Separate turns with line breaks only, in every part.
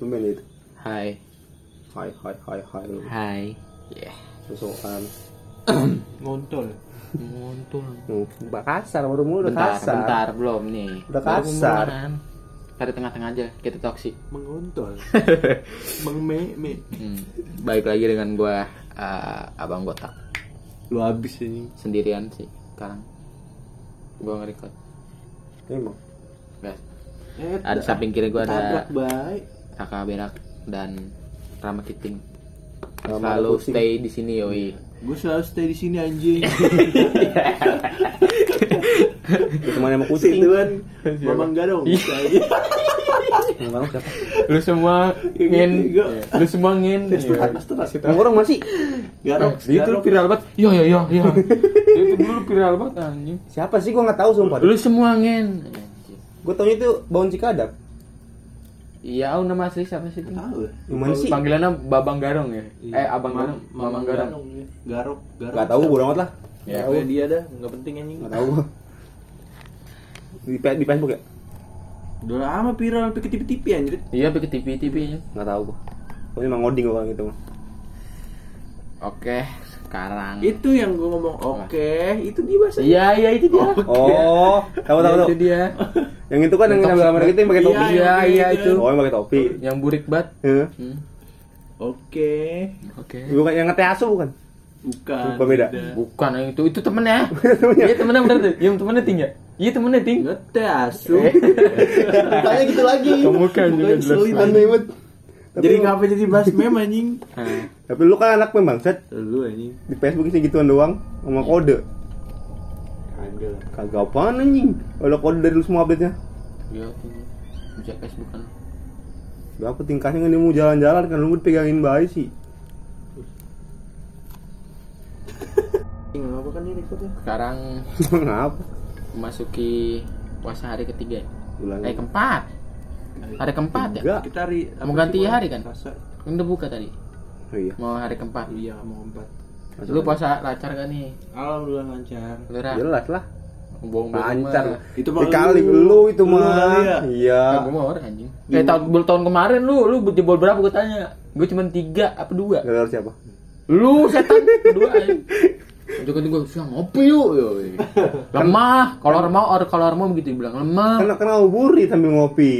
Two minute.
Hai.
Hai hai hai hai. um,
Hai. Ya.
Musuhan.
ngontol
Muntun.
Mbak Hmm, kasar baru mulu udah
Bentar,
kasar.
bentar, belum nih.
Udah kasar.
Baru pemularan. Tarik tengah-tengah aja, kita toksik.
mengontol mengmeme
Hmm. Baik lagi dengan gua eh, Abang Botak
lu habis ini
sendirian sih sekarang. Gua nge-record.
Ini emang.
Guys,
eh
Ada samping kiri gua ada
tabrak baik
Kakak Berak dan Rama Kiting.
Rama Iya.
Selalu
Kucing.
stay di sini yoi.
gue selalu stay di sini anjing
Temannya sama kucing tuh kan.
mamang Gitu gadong
Iya.
Yang orang siapa?
Lu semua
Iya, gitu
ngin.
Lu semua ngin.
Astaga,
Yang orang masih
garok
Itu lu
garok.
viral banget. Iya, Yo yo yo yo. Itu dulu viral banget anjing.
siapa sih gua nggak tahu sumpah.
Lu semua ngin.
Gua taunya itu Bawon Cikadap.
Iya, oh, nama asli siapa sih? itu?
tahu ya
Gimana sih?
Panggilannya Babang Garong ya? Eh, Abang
Mam-
Garong, Mamang Garong.
ya. garok garok
Gak tahu bodo amat lah.
Ya,
Nggak tahu.
Pokoknya dia dah nggak penting anjing
Nggak tahu. Di, Pe- di Facebook ya?
udah lama viral sampai ke tipi-tipi anjir
Iya, pakai TV TV nya.
Nggak tahu gua. Gua emang ngoding gua kalau gitu.
Oke, sekarang.
itu yang gue ngomong oke itu dia bahasa
Iya, iya itu dia.
Oh, tahu tahu
Iya,
tahu.
Itu dia.
Yang itu kan yang
Yang
ngambil gambar
toxic
kita yang pakai
banget.
topi.
Iya, iya itu.
Oh, yang pakai topi.
Yang burik banget.
Heeh.
Hmm,
oke
Oke.
Bukan yang ngeteh asu bukan?
bukan
Apa beda?
Bukan yang itu, itu temennya. Iya temennya bener tuh. Yang temennya ting ya? Iya temennya ting.
ngeteh
Eh.
asu
Tanya gitu lagi.
Bukan juga
Bukan
jelas.
selin.
Aneh banget. Tapi
jadi
lu-
ngapa jadi bahas meme anjing
Ah,
Tapi lu kan anak membangsat
lu anjing
di Facebook sih gituan doang
Iya.
sama kode.
ada lah
Kagak apaan anjing. Kalau kode dari lu semua update-nya.
Iya, itu. JPS bukan.
Berapa tingkahnya kan dia mau jalan-jalan kan lu mau dipegangin bayi sih.
Ngapa kan ini rekodnya?
Sekarang
Kenapa?
memasuki puasa hari ketiga.
Bulan
Eh, keempat. Hari keempat ya?
Enggak.
Kita hari
Mau
apa
ganti
sih,
hari
Bang?
kan?
Selasa.
Ini udah buka tadi.
Oh iya.
Mau hari keempat.
Iya, mau empat.
Lu puasa lancar gak nih?
Alhamdulillah lancar.
Lu Ra?
jelas lah.
bohong
Iya. Lancar. Ah.
Itu mah
Dikali
lu.
lu itu
Lu
mah.
kali ya?
Ya,
Iya.
gue mau orang anjing. Eh, tahun, bul- tahun kemarin lu, lu jebol berapa gue tanya? Gue cuma tiga apa dua?
Gara-gara siapa?
Lu setan kedua anjing. Juga gue siang ngopi yuk. yoi." Lemah, kalau remau or kalau remau begitu dibilang lemah.
Kena kena ngabuburit sambil ngopi.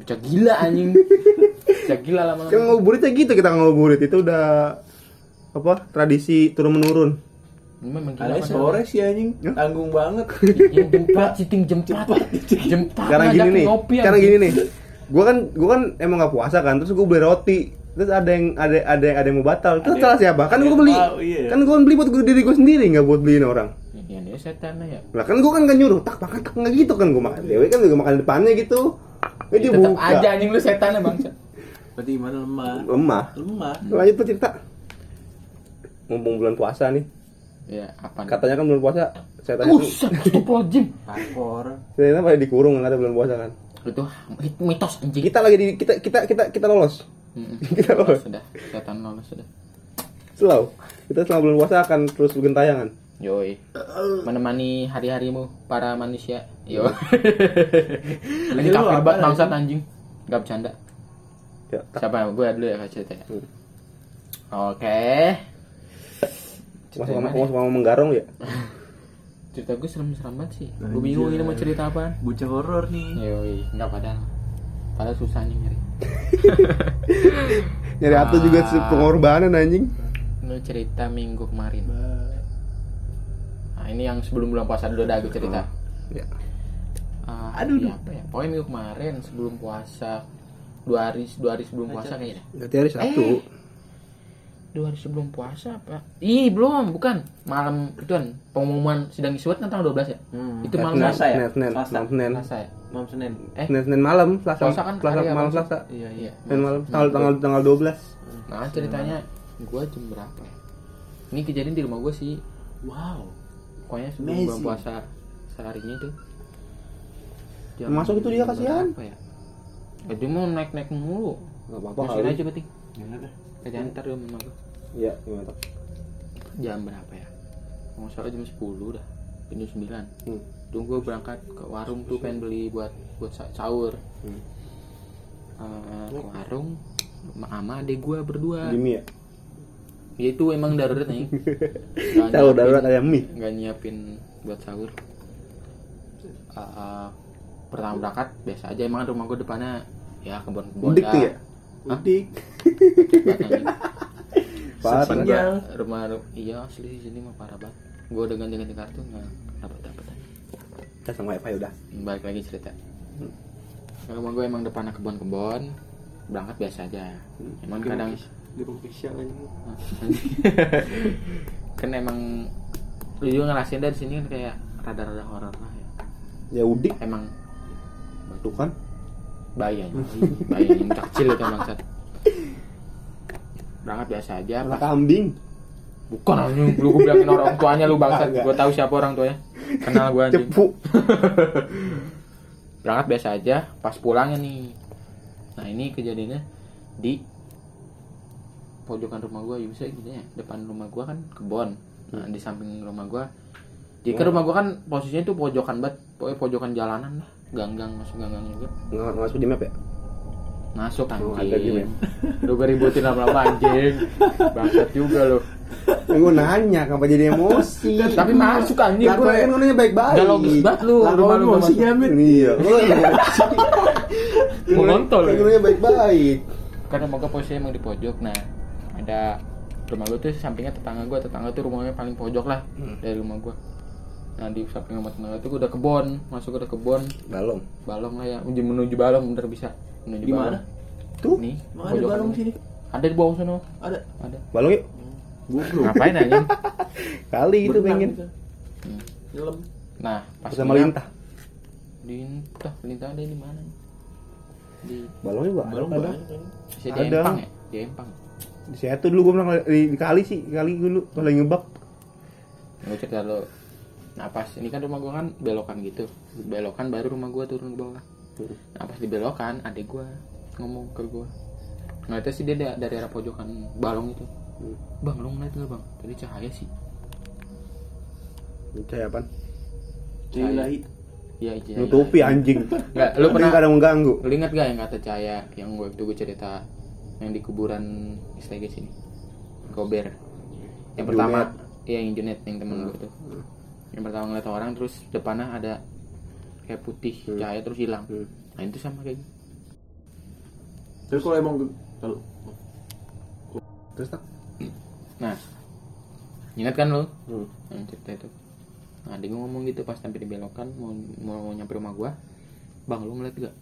Bisa gila anjing. Bisa gila
Yang
lama-lama.
ngabuburitnya gitu kita ngabuburit itu udah apa tradisi turun menurun.
Memang gila.
Kalian
kan?
sore sih anjing,
Ya?
tanggung banget.
Yang jempat, citing jempat. Jempat.
Sekarang gini
ngajakin
nih.
ngopi,
Sekarang
anjing.
gini nih. Gua kan gua kan emang nggak puasa kan, terus gua beli roti. Terus ada yang ada ada yang ada yang mau batal. Terus
Ada-
salah siapa? Kan
ada
gua
yang
beli.
tahu, iya.
Kan gua beli buat gua- diri gua sendiri, nggak buat beliin orang.
Iya, dia setan ya.
Lah kan gua kan nggak nyuruh, tak makan tak nggak gitu kan gua makan. Dewi kan juga makan di depannya gitu. Jadi
Ya,
buka.
tetap aja anjing lu setan ya, Bang.
Berarti gimana lemah?
Lemah.
Lemah.
Lanjut tuh cerita. Mumpung bulan puasa nih.
Iya, apa? nih?
Katanya kan bulan puasa saya tanya tuh.
Buset, astagfirullahaladzim
Parkor.
Saya pada dikurung kan ada bulan puasa kan.
Itu mitos anjing
Kita lagi di kita kita kita kita lolos.
Mm-mm.
Kita lolos.
Sudah, setan lolos sudah
Slow. Kita selama bulan puasa akan terus gentayangan.
Yoi Menemani hari-harimu para manusia Yo Lagi
Lu
kafir
apa,
banget bangsat anjing Gak bercanda
Ya, tak.
Siapa? Gue dulu ya kasih cerita ya.
Hmm.
Oke
Masuk
Cerita
sama
gimana?
masuk sama menggarong ya.
Cerita gue serem-serem banget sih Gue
Anjay.
bingung ini mau cerita apaan
Bocah horor nih.
Yoi Gak padahal Padahal susah nih nyari
Nyari atau
Ah.
juga pengorbanan anjing.
Lu cerita minggu kemarin
Ba-
Nah ini yang sebelum bulan puasa dulu dah gue cerita
Ya. Oh.
Ah,
Aduh,
iya, apa ya? Pokoknya minggu kemarin sebelum puasa dua hari dua hari sebelum puasa kayaknya.
Berarti hari Sabtu.
Dua hari sebelum puasa apa? Ih belum, bukan malam itu kan pengumuman sidang isbat kan tanggal 12 ya?
Hmm.
Itu
Eh,
malam
Senin,
Selasa ya?
Senin, Senin,
Selasa.
malam Senin.
Selasa ya?
Mam Senin.
Eh,
Senin, Senin malam, Selasa,
Selasa kan
Selasa
hari apa
malam
sih?
Selasa.
Iya,
Iya.
iya.
Senin malam, tanggal tanggal tanggal 12.
Nah ceritanya gue jam berapa? ya? Ini kejadian di rumah gue sih.
Wow.
Pokoknya sebelum
Amazing.
bulan puasa seharinya itu.
Masuk itu dia, kasihan.
berapa ya? Eh, dia mau naik-naik mulu.
Enggak apa-apa
Masukin
kali.
aja berarti.
Gimana dah?
Kejadian ntar dia sama gue.
Iya, mantap.
jam berapa ya? Kalau nggak salah jam 10 dah, jam 9
Hmm.
Tunggu gue berangkat ke warung tuh pengen beli buat buat sa- sahur.
Hmm.
eh, ke warung sama- sama adik gue berdua
Jimmy ya
ya itu emang darurat nih Nggak
tahu
nyiapin-
darurat ada mie
nggak nyiapin buat sahur Eh, eh, pertama berangkat biasa aja emang rumah gue depannya ya kebun kebun
Udik tuh ya?
Udik.
Parah.
Sinyal.
rumah iya asli di sini mah parah banget gue udah ganti ganti kartu nggak dapat dapat
kita sama wifi udah
balik lagi cerita
Hmm.
rumah gue emang depannya kebun kebun berangkat biasa aja
Hmm.
emang kadang
Gerung pisang aja.
kan emang lu juga ngerasain dari sini kan kayak rada-rada horor lah ya
ya udik
emang
tuh kan
bahaya anjing. bahaya anjing. Budak kecil itu bangsat berangkat biasa aja
karena
pas
kambing
bukan anjing lu gue bilangin orang tuanya lu bangsat
Kagak.
gue tahu siapa orang tuanya kenal gue anjing
cepu
berangkat biasa aja pas pulangnya nih nah ini kejadiannya di pojokan rumah gua ya bisa gitu ya depan rumah gua kan kebon nah di samping rumah gua jadi kan rumah gua kan posisinya itu pojokan banget pokoknya pojokan jalanan lah ganggang masuk ganggang juga
nggak masuk di map ya
masuk
Oh, ada di
anjing
map.
lu gue ributin lama-lama anjing bangsat juga lu
gue nanya kenapa jadi emosi
tapi masuk anjing
Lah,
gue
kan gue nanya baik-baik
Iya, Nggak logis banget lu,
Lah,
rumah
kalau
lu nggak
emosi
masuk.
jamin iya lu emosi.
Mau ngontol,
Kan
ya?
gue nanya baik-baik
kan rumah gue posisinya emang di pojok nah ada rumah gue tuh sampingnya tetangga gue tetangga tuh rumahnya paling pojok lah
Hmm.
dari rumah gue nah di samping rumah tetangga tuh udah kebon masuk udah kebon
balong
balong lah ya menuju, menuju balong bener bisa menuju
Di
balong
mana?
Tuh.
nih
Emang ada
pojokan
balong
ini.
sini?
ada di bawah sana
Ada.
ada
balong yuk
Goblok.
ngapain aja
kali itu
Berenang
pengen
bisa. Nyelam.
nah pas
sama
nginap-
lintah
lintah lintah ada di mana di
balongnya juga
Balong
ada
banyak kan.
bisa di
Ada.
empang ya di empang
di situ dulu gue pernah di, di kali sih di kali dulu pas lagi ngebak
Lu cerita lu Nah pas ini kan rumah gua kan belokan gitu Belokan baru rumah gua turun ke bawah Nah pas di belokan adik gua ngomong ke gua Ngeliatnya sih dia da- dari arah pojokan balong itu
Hmm.
Bang lu ngeliat gak bang? Tadi cahaya sih
percaya apa
Cahaya.
Ilahi.
Iya iya
nutupi ah. anjing
Nggak, lu pernah-
kadang mengganggu
Lu inget gak yang kata cahaya yang gua waktu gua cerita Yang di kuburan istri gua sini Gober Yang pertama Iya yang Junet yang temen
Hmm.
gua tuh Yang pertama ngeliat orang terus depannya ada Kayak putih cahaya terus hilang
Hmm.
Nah itu sama kayak gitu.
Terus kalau emang kalau
terus tak
Nah, ingat kan lo
Hmm.
yang cerita itu? Nah, dia ngomong gitu pas sampai di belokan mau, mau, mau nyampe rumah gua. Bang, lu ngeliat gak?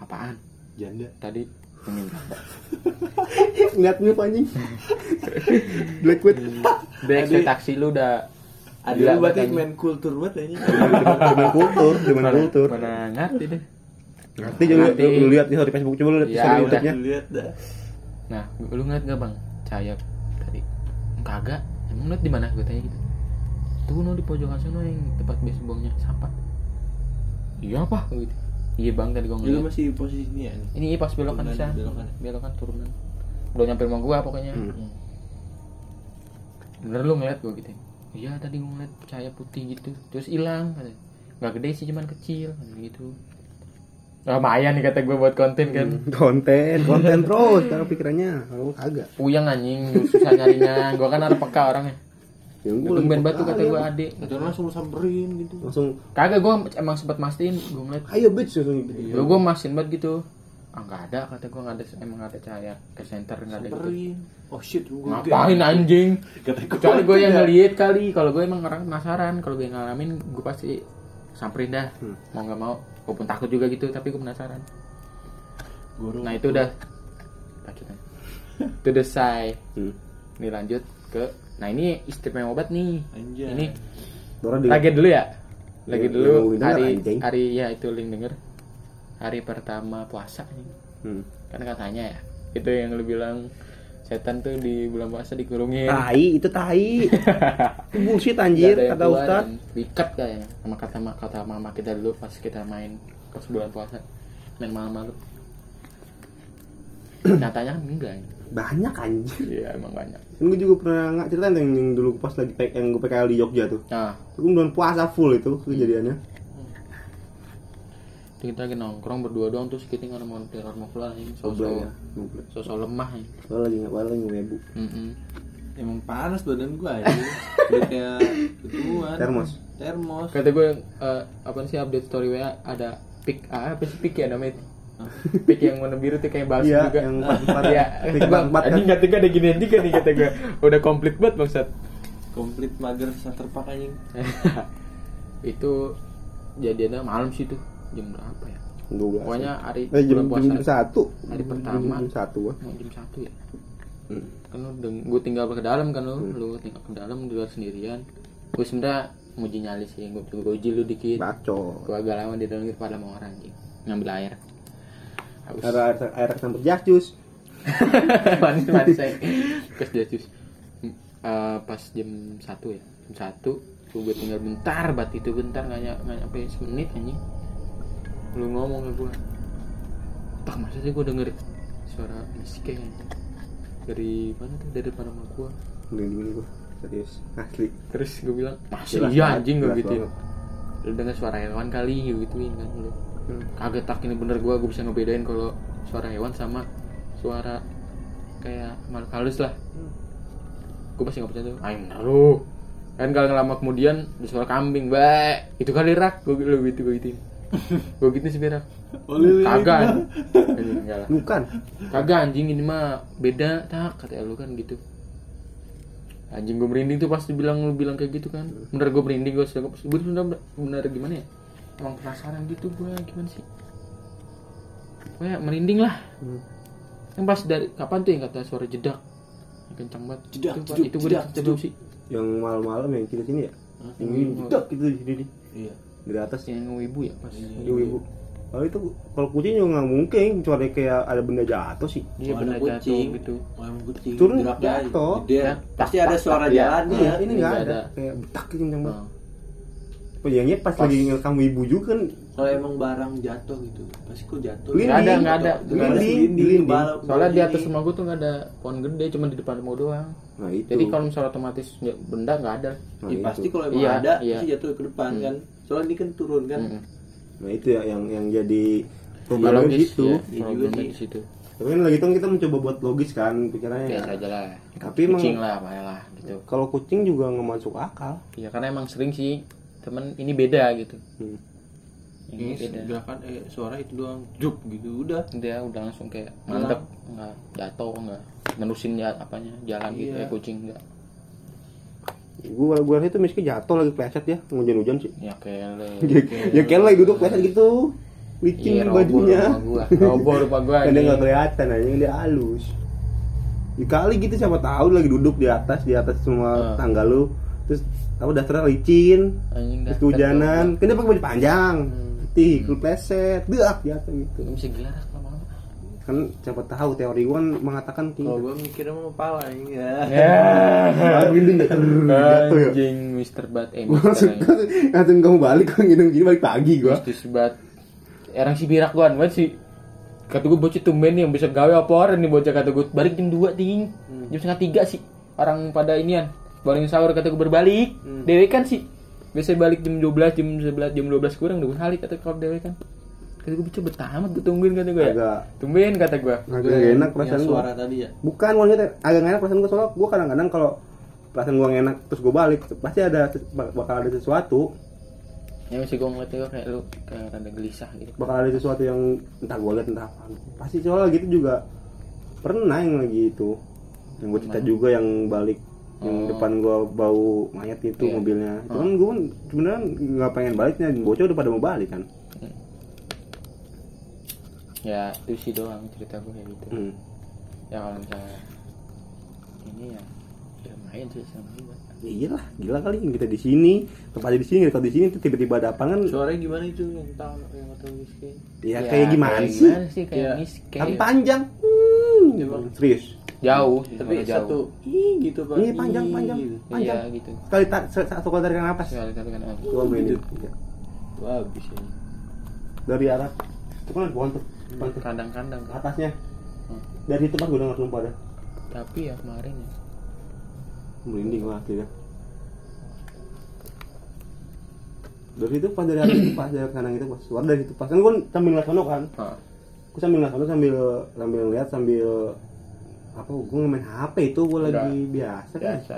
Apaan?
janda.
Tadi ini
ngeliat ngeliat anjing black wit
Iya, Dia ekspektasi lu udah
Ada lu
banget
berarti
anjing.
main kultur banget ini.
iya.
demen kultur demen
Mana-
kultur
Mana ngerti deh.
nanti juga
Ngerti.
lu lihat di story Facebook coba lu lihat di
Ya,
story
udah.
YouTube-nya
Lihat dah.
Nah, lu ngeliat gak bang? Cahaya tadi. Kagak. Emang ngeliat di mana? Gue tanya gitu. Tuh no di pojokan sana yang tempat baseballnya sampah. Iya apa? Gua Gitu. Iya bang tadi gue
Lu
ngeliat.
masih di posisi ini ya.
Ini iya, pas kan, belokan
Turunan,
bisa.
belokan.
Belokan kan, turunan. Belum nyampe rumah gua pokoknya.
kan. Hmm.
Bener lu ngeliat gua gitu. ya? Iya tadi gua ngeliat cahaya putih gitu. Terus hilang katanya. Nggak gede sih cuman kecil katanya gitu. Lumayan nih kata gua buat konten kan.
Hmm. konten konten terus sekarang pikirannya kalau gua kagak
Puyeng anjing, susah nyarinya. Gua kan ada peka orangnya.
yang gua lagi
Tumben banget tuh
kagak.
kata gua adik.
Atau langsung lu samperin gitu.
langsung
Kagak gua emang sempat mastiin gua ngeliat.
ayo bitch langsung gitu
Gua gua mastiin banget gitu. Ah nggak ada kata gua nggak ada emang nggak ada cahaya ke center nggak ada gitu.
Samperin. Oh shit, gua
Ngapain anjing?
Kata gua.
Kecuali gue yang ngeliat kali, kalau gue emang orang penasaran, kalau gue yang ngalamin, gue pasti samperin dah, mau nggak mau, gue pun takut juga gitu, tapi gue penasaran.
Guru.
Nah itu udah, lanjutan. itu udah say,
Hmm.
ini lanjut ke, nah ini istimewa obat nih,
Anjay.
ini
Dora di
lagi dulu ya, lagi
Ya, yang
dulu
denger,
hari
anjing.
hari ya itu link denger, hari pertama puasa nih,
Hmm.
kan katanya ya, itu yang lu bilang setan tuh di bulan puasa dikurungin.
tai itu tai itu bullshit
Gak
anjir
Iya, ada yang
kata
keluar
ustaz
dan diikat kayaknya sama kata ma- kata mama kita dulu pas kita main pas bulan puasa main malam-malam nyatanya kan enggak
banyak anjir
iya emang banyak
kan gue juga pernah nggak cerita yang, yang dulu pas lagi pe- yang gue PKL di Jogja tuh
nah
itu bulan puasa full itu kejadiannya
Terus kita lagi nongkrong berdua doang terus kita nggak mau keluar mau keluar anjing
Ngobrol ya,
sosok
ngobrol.
sosok lemah anjing.
Lo lagi ngapain lagi ngebu?
Mm-mm.
Emang panas badan gua aja. Udah kayak ketuan.
Termos.
Termos.
Kata gue eh, apa sih update story WA ada pick ah, apa sih pick ya namanya? pick yang warna biru tuh kayak balsam
Iya,
juga.
yang empat empat.
Iya,
Tiga
bang,
empat kan.
anjing kata gue ada gini tiga nih kata gue. Udah komplit banget bangsat.
Komplit mager saya terpak anjing.
itu jadiannya malam sih tuh jam berapa ya?
kan? Dua belas.
Pokoknya hari
Eh, jam,
bulan
jam, jam satu.
Hari
Jam-
pertama.
Jam satu ah.
Mau jam satu ya?
Hmm.
kan lu deng- gua tinggal ke dalam kan lu lu tinggal ke dalam di luar sendirian gue sebenernya nguji nyali sih gue gue uji lu
Iya.
dikit
Bacot.
gue agak lama di dalam gitu pada mau orang anjing ngambil air haus
Karena air, air kesambet jakjus.
manis manis saya kes dia cus M- eh, pas jam satu ya jam satu gue tinggal bentar bat itu bentar nggak ny- nggak nyampe semenit anjing lu ngomong ke gue tak masa sih gue denger suara musik kayaknya dari mana tuh dari depan rumah gue
Gini-gini gua. Serius. Asli.
terus gue bilang masih
Jelas
iya
banget,
anjing gue
jelas
gitu
banget.
lu dengar suara hewan kali gue gituin kan lu kaget tak ini bener gue gue bisa ngebedain kalau suara hewan sama suara kayak makhluk halus lah gue masih nggak percaya tuh ayo bener lu kan kalau lama kemudian ada suara kambing baik itu kali rak gue lu gitu gue gituin gue gituin si berak
Oleh.
kagak Anjing, enggak lah
Bukan.
kagak anjing ini mah beda tak kata lu kan gitu anjing gue merinding tuh pasti bilang lu bilang kayak gitu kan bener gue merinding gue sudah gue bener, bener gimana ya emang penasaran gitu gue gimana sih gue ya, merinding lah
Hmm.
yang pas dari kapan tuh yang kata suara jedak Yang kencang banget
Jedak,
itu,
jeduk,
itu gue
jedak, jeduk.
sih
Yang malam-malam yang kita sini ya.
Hah?
Yang ini jedok gitu di sini nih.
Iya.
Dari atas ya.
yang ibu ya pas
Ibu-ibu. Kalau itu kalau kucing juga nggak mungkin, kecuali kayak ada benda jatuh sih.
dia
Suara
Iya, bener jatuh
kucing.
gitu
Oh, emang kucing.
Turun,
Geraknya
jatuh.
gede. Pasti ada suara ya.
Iya.
jalannya.
Iya, ini
ini
nggak
nggak
ada.
ada.
Kayak betak gitu kencang banget.
Nah,
Penyanyi pas,
Pas.
lagi ngerekam ibu juga kan
Kalau emang barang jatuh gitu, pasti kok jatuh.
Linding.
Nggak ada, nggak ada.
Nggak ada
Linding,
Linding,
linding.
kebal-
soalnya di atas
linding.
rumah gue tuh nggak ada pohon gede cuma di depan rumah doang
Nah itu.
jadi kalau misalnya otomatis ya, benda nggak ada
nah,
Ya,
itu.
pasti kalau emang
Iya,
ada
iya. Hmm.
pasti jatuh ke depan kan. Soalnya ini kan turun kan.
Mm-mm.
Nah itu ya yang yang jadi problemnya
Biologis,
gitu.
ya,
Iya juga
problemnya
sih.
di situ
Tapi kan lagi itu kita mencoba buat logis kan pikirannya.
biasa aja lah
Tapi emang
kucing lah apa lah gitu
kalau kucing juga nggak masuk akal.
ya karena emang sering sih temen ini beda gitu
Hmm.
ini Iya, beda
gerakan eh suara itu doang. Jup gitu udah.
dia udah langsung kayak mandek nggak jatuh nggak nerusin ya apanya jalan gitu
Iya.
ya kucing nggak
Gua gua rasa itu miskin jatuh lagi pleset ya hujan-hujan sih.
ya kele
Ya, ya kan lagi duduk pleset gitu. Licin
iya roboh rumah
bajunya.
gua roboh rumah gua
Kan dia
anjing.
nggak kelihatan aja dia halus. Dikali gitu siapa tahu lagi duduk di atas di atas semua
Hmm.
tangga lu. Terus apa dasarnya licin.
anjing
Terus
dah
kehujanan. Kan dia pakai baju panjang.
Hmm.
Putih, hmm. pleset, deak jatuh gitu.
Gak bisa gila lah lama-lama
kan siapa tahu teori gua kan mengatakan
Kalau
tinggi
gua mikirnya mau kepala ini ya. Eh.
Ah, hidung ya, err, jatuh ya
anjing Mr. Bat eh
gua
Mr.
langsung langsung kamu balik gua hidung gini balik pagi gua
Mistis banget. Erang si birak gua banget sih. Kata gua bocah tumben nih yang bisa gawe apa orang nih bocah kata gua balik jam 2 ting.
Hmm.
Jam setengah 3 sih. Orang pada inian. Bareng sahur kata gua berbalik.
Hmm.
Dewe kan sih. Biasanya balik jam 12, jam 11, jam 12 kurang udah balik kata kalau dewe kan. Kata gua bocah betamat gua tungguin kata gua ya.
agak
Tumben kata gua.
agak gak enak
Iya, Yang
perasaan gua
suara tadi ya.
bukan gua ngerti, agak gak enak perasaan gua soalnya gua kadang-kadang kalau perasaan gua gak enak terus gua balik pasti ada bakal ada sesuatu
Ya masih gua ngeliatnya gua kayak lu kayak rada gelisah gitu.
bakal ada sesuatu yang entah gua lihat entah apa pasti soalnya gitu juga pernah yang lagi itu yang gua cerita juga yang balik
Oh.
yang depan gua bau mayat itu
Iya.
mobilnya itu kan gua sebenarnya nggak pengen baliknya bocah udah pada mau balik kan
Ya itu sih doang cerita gua kayak gitu.
hmm.
Ya kalau misalnya ini ya, ya lumayan sih sama gua.
ya iyalah gila kali kita di sini tempatnya di sini kalau di sini tuh tiba-tiba ada apa kan
Suaranya gimana itu yang tahu yang kata miskin.
ya, kayak gimana sih
iya, Kayak iya.
Ya.
miskin.
tapi panjang Hmm,
Coba.
serius
Jauh,
Tapi
sebenarnya
satu
jauh.
ih gitu Pak.
Iya, panjang,
Ih,
panjang.
gitu.
panjang.
Iya, gitu.
sekali tak satu kali tarikan napas
Sekali kali kan.
coba mainin
Wah, habis ya.
dari arah itu kan ada pohon tuh pohon tuh.
Kadang-kadang
Ke
kan.
atasnya
Hmm.
dari itu kan gue dengar sumpah dah
Tapi ya kemarin ya.
merinding lah tidak dari situ pas dari atas itu pas dari kanan itu pas keluar dari situ pas kan gue sambil ngeliat sono kan
Ah,
gue sambil ngeliat sono sambil sambil ngeliat sambil apa gue main HP itu gue lagi biasa kan
biasa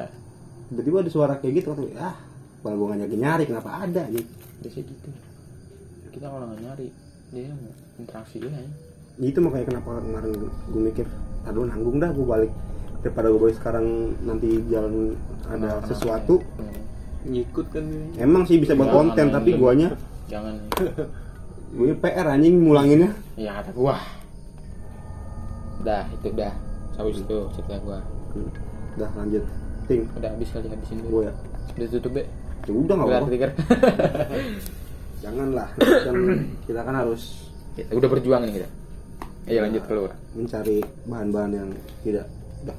tiba-tiba ada suara kayak gitu kata gue, ah kalau gue ngajak nyari kenapa ada gitu
biasa gitu kita kalau nggak nyari dia nggak interaksi aja
itu Gitu makanya kenapa kemarin gue mikir aduh nanggung dah gue balik daripada gue balik sekarang nanti jalan ada
Kenapa-kenapa.
sesuatu
Hmm.
ngikut kan ini
emang sih bisa buat
Jangan
konten
yang
tapi
lebih-
guanya
jangan
gue PR anjing mulanginnya
ya kata gua udah itu udah habis itu cerita gua
udah lanjut ting
udah habis kali habisin dulu
gue ya
udah tutup be
Ya udah nggak
gelar
apa-apa
tiker
janganlah kan kita kan harus
Kita Ya, udah berjuang nih kita
Iya.
ayo lanjut keluar
mencari bahan-bahan yang tidak udah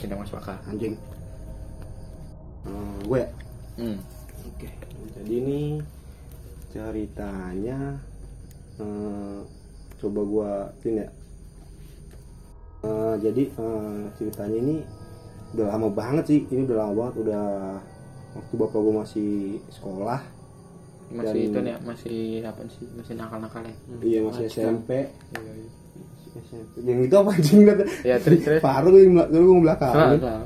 tidak masuk akal
anjing Eh, gue ya
hmm.
oke
jadi ini ceritanya eh, coba gua tin ya Eh, jadi eh, ceritanya ini udah lama banget sih ini udah lama banget udah waktu bapak gua masih sekolah
masih
Dan-
itu nih ya, masih apa sih masih nakal nakal ya
Hmm.
iya masih SMP
Iya, iya.
SMP. yang itu apa anjing kata
ya terus terus Nah,
paruh gue gue
Salah,
belakang
salah.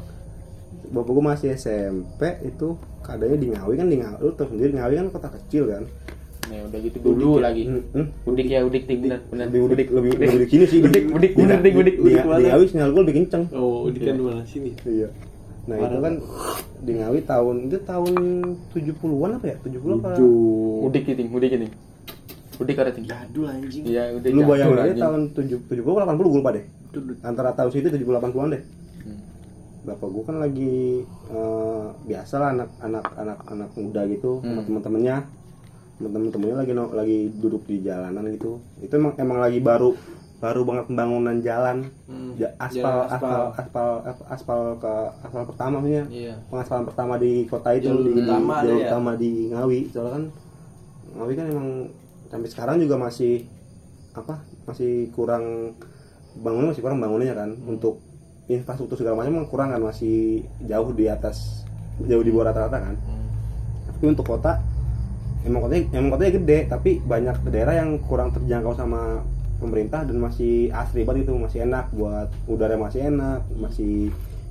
bapak gua masih SMP itu keadaannya di Ngawi kan di Ngawi lu tau sendiri Ngawi kan kota kecil kan
Nih, udah gitu dulu lagi
Hmm, hmm.
udik ya udik ting bener bener
lebih udik lebih udik, udik sini sih
Udik, udik, bener deh, udik,
di,
udik
di, di
banget.
Ngawi sinyal gue lebih kenceng
oh di kan mana sini
iya nah itu kan di Ngawi tahun itu tahun 70-an apa ya 70 apa
udik ya, ting udik ya, ting udik ada ting
jadul anjing
iya udik
lu
jatuh,
bayangin aja
anjing.
tahun 70 70 80 gue lupa deh
itu udah
antara tahun situ 70 80-an deh
Hmm.
bapak gue kan lagi eh, biasa lah anak anak anak anak muda gitu sama
Hmm.
teman-temannya teman-temannya lagi no- lagi duduk di jalanan gitu itu emang emang lagi baru baru banget pembangunan jalan
Hmm,
Ja- aspal,
jalan aspal.
aspal aspal aspal aspal ke aspal pertama maksudnya
iya
pengaspalan pertama di kota itu
Jalur
di
utama ada
jalur
ya?
utama di Ngawi soalnya kan Ngawi kan emang sampai sekarang juga masih apa masih kurang bangunan masih kurang bangunannya kan
Hmm.
untuk infrastruktur segala macam emang kurang kan masih jauh di atas jauh di bawah rata-rata kan
Hmm.
tapi untuk kota emang kotanya emang kotanya gede tapi banyak daerah yang kurang terjangkau sama pemerintah dan masih asri banget itu masih enak buat udara masih enak masih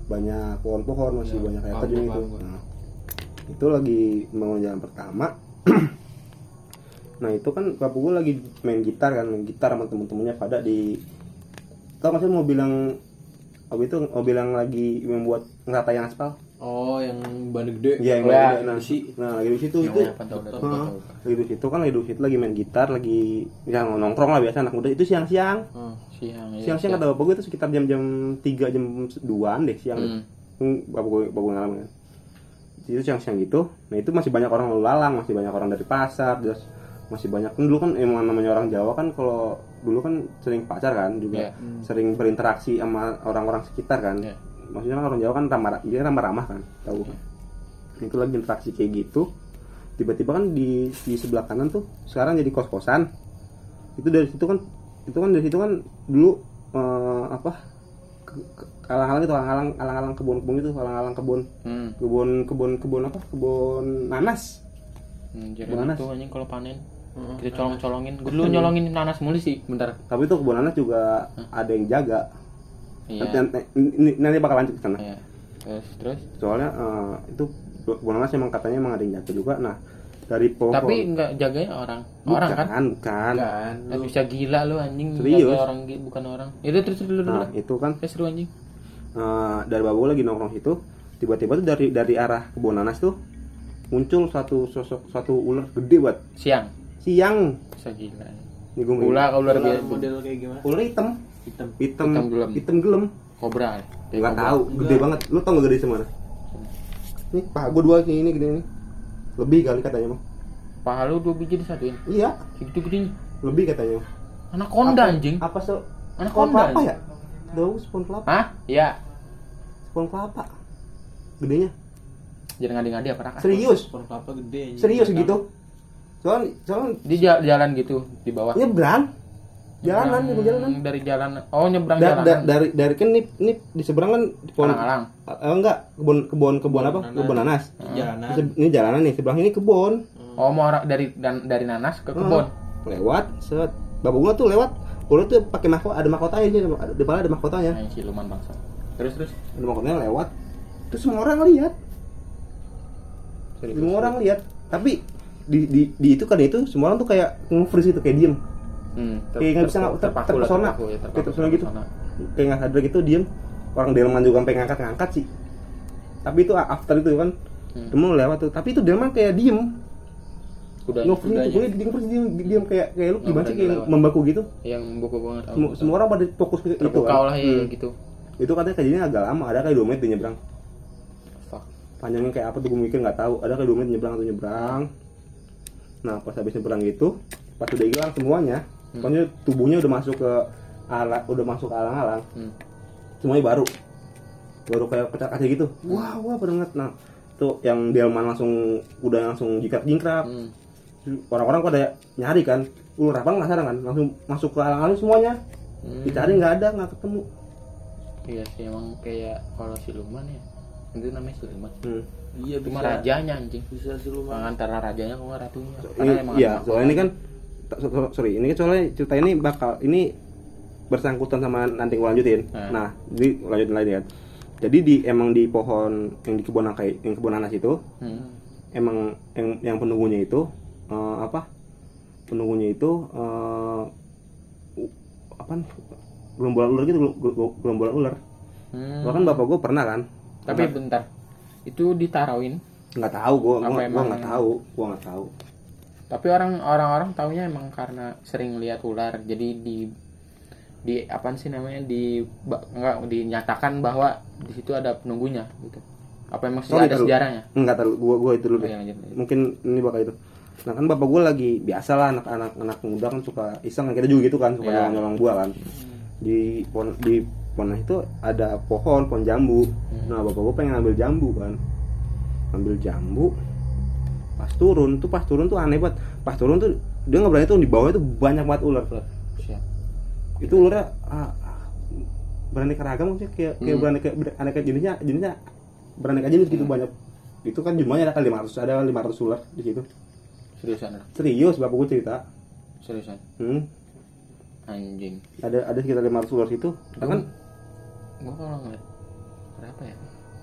banyak pohon-pohon
Iya,
masih
Ya,
banyak air
paham,
terjun itu
paham gua.
Nah, itu lagi mau jalan pertama nah itu kan bapak gue lagi main gitar kan main gitar sama temen-temennya pada di tau masih mau bilang Abis itu mau bilang lagi membuat ngeratain aspal
oh yang ban gede
Iya yang
Ya,
lagi- nah,
isi.
nah lagi di situ
Yang
itu
apa tau, udah tau,
Hah?
tau, tau.
lagi di situ kan lagi di situ lagi main gitar lagi ya nongkrong lah biasa anak muda itu siang-siang
Hmm.
siang ya,
siang-siang kata bapak gue itu sekitar jam-jam 3 jam 2an deh siang
Hmm.
Hmm, bapak gue bapak gue ngalamin kan itu siang-siang gitu nah itu masih banyak orang lalu lalang masih banyak orang dari pasar terus masih banyak kan dulu kan emang namanya orang Jawa kan kalau dulu kan sering pacar kan juga
Iya.
sering berinteraksi sama orang-orang sekitar kan
Iya.
maksudnya kan orang Jawa kan ramah dia ramah-ramah kan tahu kan
Iya.
itu lagi interaksi kayak gitu tiba-tiba kan di di sebelah kanan tuh sekarang jadi kos-kosan itu dari situ kan itu kan dari situ kan dulu eh, apa ke- ke- gitu, alang-alang itu alang-alang alang-alang kebun-kebun itu alang-alang kebun
hmm.
kebun kebun kebun apa kebun nanas
Hmm, jadi
Bananas.
itu anjing kalau panen
Heeh.
kita colong-colongin gue dulu nyolongin nanas mulu sih bentar
tapi itu kebun nanas juga ada yang jaga
iya
nanti, nanti, ini- nanti bakal lanjut ke sana
iya terus terus
soalnya eh, itu kebun nanas emang katanya emang ada yang jaga juga nah dari pohon
tapi nggak jaganya orang
bukan,
orang kan
bukan.
kan
Eh, bisa gila lu anjing
Serius?
jaga orang gi- bukan orang itu terus terus dulu dulu
nah itu kan
terus seru anjing
eh, dari babu lagi nongkrong situ tiba-tiba tuh dari dari arah kebun nanas tuh muncul satu sosok satu ular gede buat
siang
siang
bisa gila
nih gue
gula kalau luar
Ular
biasa
model kayak gimana
ular hitam
hitam
hitam
Hitam gelem.
hitam gelem
kobra ya? Kayak
nggak
kobra.
tahu gede banget lu tau gak gede semana nih paha gue dua kayak ini gede ini lebih kali katanya mah
paha lu dua biji disatuin
iya
segitu gedenya
lebih katanya Mang.
Gitu, anak konda anjing
apa so
Anak
pohon
kondan.
kelapa ya tahu spon kelapa
hah iya
spon kelapa gedenya
jadi ngadi-ngadi apa rakas
serius
pohon kelapa gede
Iya,
anjing.
serius gitu soalnya soalnya
dia ja- jalan gitu di bawah
nyebrang Iya, ya jalanan di
Hmm,
jalanan
dari jalan oh nyebrang
Da-
jalanan
da- dari dari kan nip nip di seberang kan pohon
Alang-alang.
Eh, enggak kebun kebun kebun apa
Kebun nanas.
kebun nanas
Di jalanan
Ini jalanan nih seberang ini kebun Ah,
Hmm.
Oh, mau orang dari dan dari nanas ke kebon.
Hmm, lewat set bapak gua tuh lewat kulit tuh pakai mahkota ada mahkotanya dia ada, di kepala ada mahkotanya
Nah, siluman bangsa. Terus terus.
ada mahkotanya lewat terus semua orang lihat semua orang lihat tapi di, di, di itu kan itu semua orang tuh kayak nge-freeze gitu kayak diem
Hmm,
Kayak nggak bisa nggak- ter- terpesona.
ya,
Kayak
terpaku,
terpesona gitu.
terpesona.
kayak nggak sadar gitu diem orang delman juga sampai ngangkat-ngangkat sih tapi itu after itu kan
Hmm.
Demo lewat tuh tapi itu delman kayak diem
Kudanya,
nge-freeze tuh
kudanya.
gue di nge-freeze diem, diem kayak kayak lu
Nggak
gimana sih
berani
kayak
lewat.
membaku gitu
yang buku banget.
semua, semua orang pada fokus ke itu
terbuka
kan
lah ya
Hmm.
gitu.
itu katanya kejadiannya agak lama ada kayak 2 menit dia nyebrang
Fuck.
panjangnya kayak apa tuh gue mikir nggak tahu ada kayak 2 menit nyebrang atau nyebrang nah pas habis nyebrang itu pas udah hilang semuanya
Hmm.
pokoknya tubuhnya udah masuk ke ala udah masuk ke alang-alang
Hmm.
semuanya baru baru kayak pecah kaca gitu wah wah bener banget nah tuh yang delman langsung udah langsung jingkrak jingkrak
Hmm.
orang-orang pada nyari kan ulu rapang penasaran kan langsung masuk ke alang-alang semuanya
Hmm.
dicari nggak ada nggak ketemu
Iya sih emang kayak kalau siluman ya. Itu namanya siluman.
hmm.
Iya
Cuma
bisa.
rajanya anjing.
Bisa siluman.
Antara rajanya sama ratunya.
ini,
Karena emang
iya
ada- gitu.
soalnya ini kan so- so- sorry ini kan soalnya cerita ini bakal ini bersangkutan sama nanti gue lanjutin
Nah.
nah jadi gua lanjutin lagi kan jadi di emang di pohon yang di kebun nangka yang kebun nanas itu
Hmm.
emang yang yang penunggunya itu eh, apa penunggunya itu eh u- apa gerombolan ular gitu gel- gel- gerombolan ular
Hmm.
bahkan bapak gue pernah kan
Tapi bentar. Itu ditaruhin.
nggak tahu gue
Apa
gue
emang- ya?
nggak tahu gue nggak tahu
Tapi orang orang-orang taunya emang karena sering lihat ular. Jadi di di apa sih namanya di ba- enggak dinyatakan bahwa di situ ada penunggunya gitu. Apa emang
Sorry,
ada
Taru.
sejarahnya?
nggak tahu gue gue itu dulu
Oh,
deh
iya, lanjut, lanjut.
mungkin ini bakal itu nah kan bapak gue lagi biasa lah anak-anak anak muda kan suka iseng kan, kita juga gitu kan suka
Iya.
nyolong nyolong buah kan di pohon di pohon itu ada pohon pohon jambu
Hmm.
nah bapak gue pengen ambil jambu kan ambil jambu pas turun tuh pas turun tuh aneh banget pas turun tuh dia nggak berani tuh di bawah itu banyak banget ular
Siap.
itu ularnya ah, ah, beraneka ragam maksudnya kayak kayak
Hmm.
beraneka beraneka jenisnya jenisnya beraneka jenis gitu banyak itu kan jumlahnya ada kan 500 ada 500 ular di situ
Seriusan. Ra.
serius bapak gue cerita
Seriusan.
hmm,
Anjing.
ada ada sekitar 500 ular situ Nah, kan
Gua kalau ngeliat berapa ya?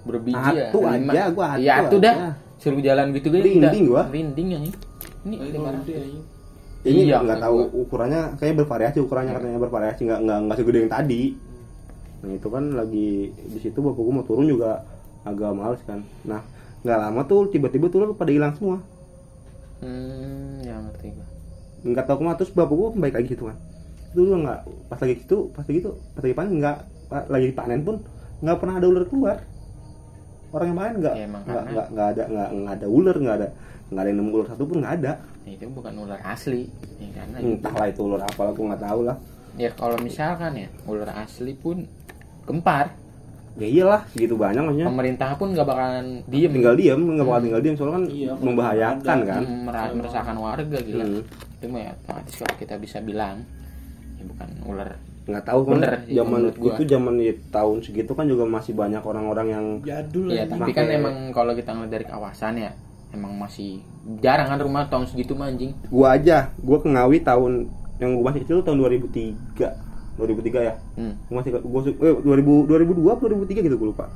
Berbiji ya.
atu
lima.
aja gua atu
Iya, atu
aja.
dah. Suruh jalan gitu kan.
Rinding gua.
Rinding anjing. Ini
Tapi
lima
kalau gede,
ratus.
anjing.
ini
Iya,
nggak
maksud
tahu ukurannya kayak bervariasi ukurannya katanya bervariasi nggak nggak nggak segede yang tadi nah itu kan lagi di situ bapak gue mau turun juga agak males kan nah nggak lama tuh tiba-tiba tuh ular pada hilang semua
Hmm, ya ngerti gua.
nggak tahu kemana terus bapak gue baik lagi gitu kan dulu nggak pas lagi gitu pas lagi itu pas lagi panen nggak pa- lagi panen pun nggak pernah ada ular keluar orang yang panen nggak
Ya, emang
nggak
karena-
nggak nggak ada nggak nggak ada ular nggak ada nggak ada yang nemu ular satu pun nggak ada
Nah, Itu bukan ular asli. Ya, karena
entahlah itu ular apa lah gue nggak tahu lah
ya kalau misalkan ya ular asli pun gempar,
ya iyalah segitu banyak maksudnya
pemerintah pun gak bakalan
Ya.
diem
tinggal diem nggak bakal tinggal diem soalnya kan
Iya, kalau
membahayakan
ada.
kan
Hmm, mera- meresahkan warga gila.
Hmm.
Itu mah ya otomatis kalau kita bisa bilang ya bukan ular.
nggak tahu kan
Bener sih,
zaman
menurut gua.
itu zaman di tahun segitu kan juga masih banyak orang-orang yang
Jadul
Iya,
anjing.
tapi kan emang kalau kita ngeliat dari kawasan ya emang masih jarang kan rumah tahun segitu mah anjing.
gua aja gua ke Ngawi tahun yang gua masih kecil tuh tahun 2003 2003 ya
Hmm.
Gua masih gua eh, 2000 2002 apa 2003 gitu gua lupa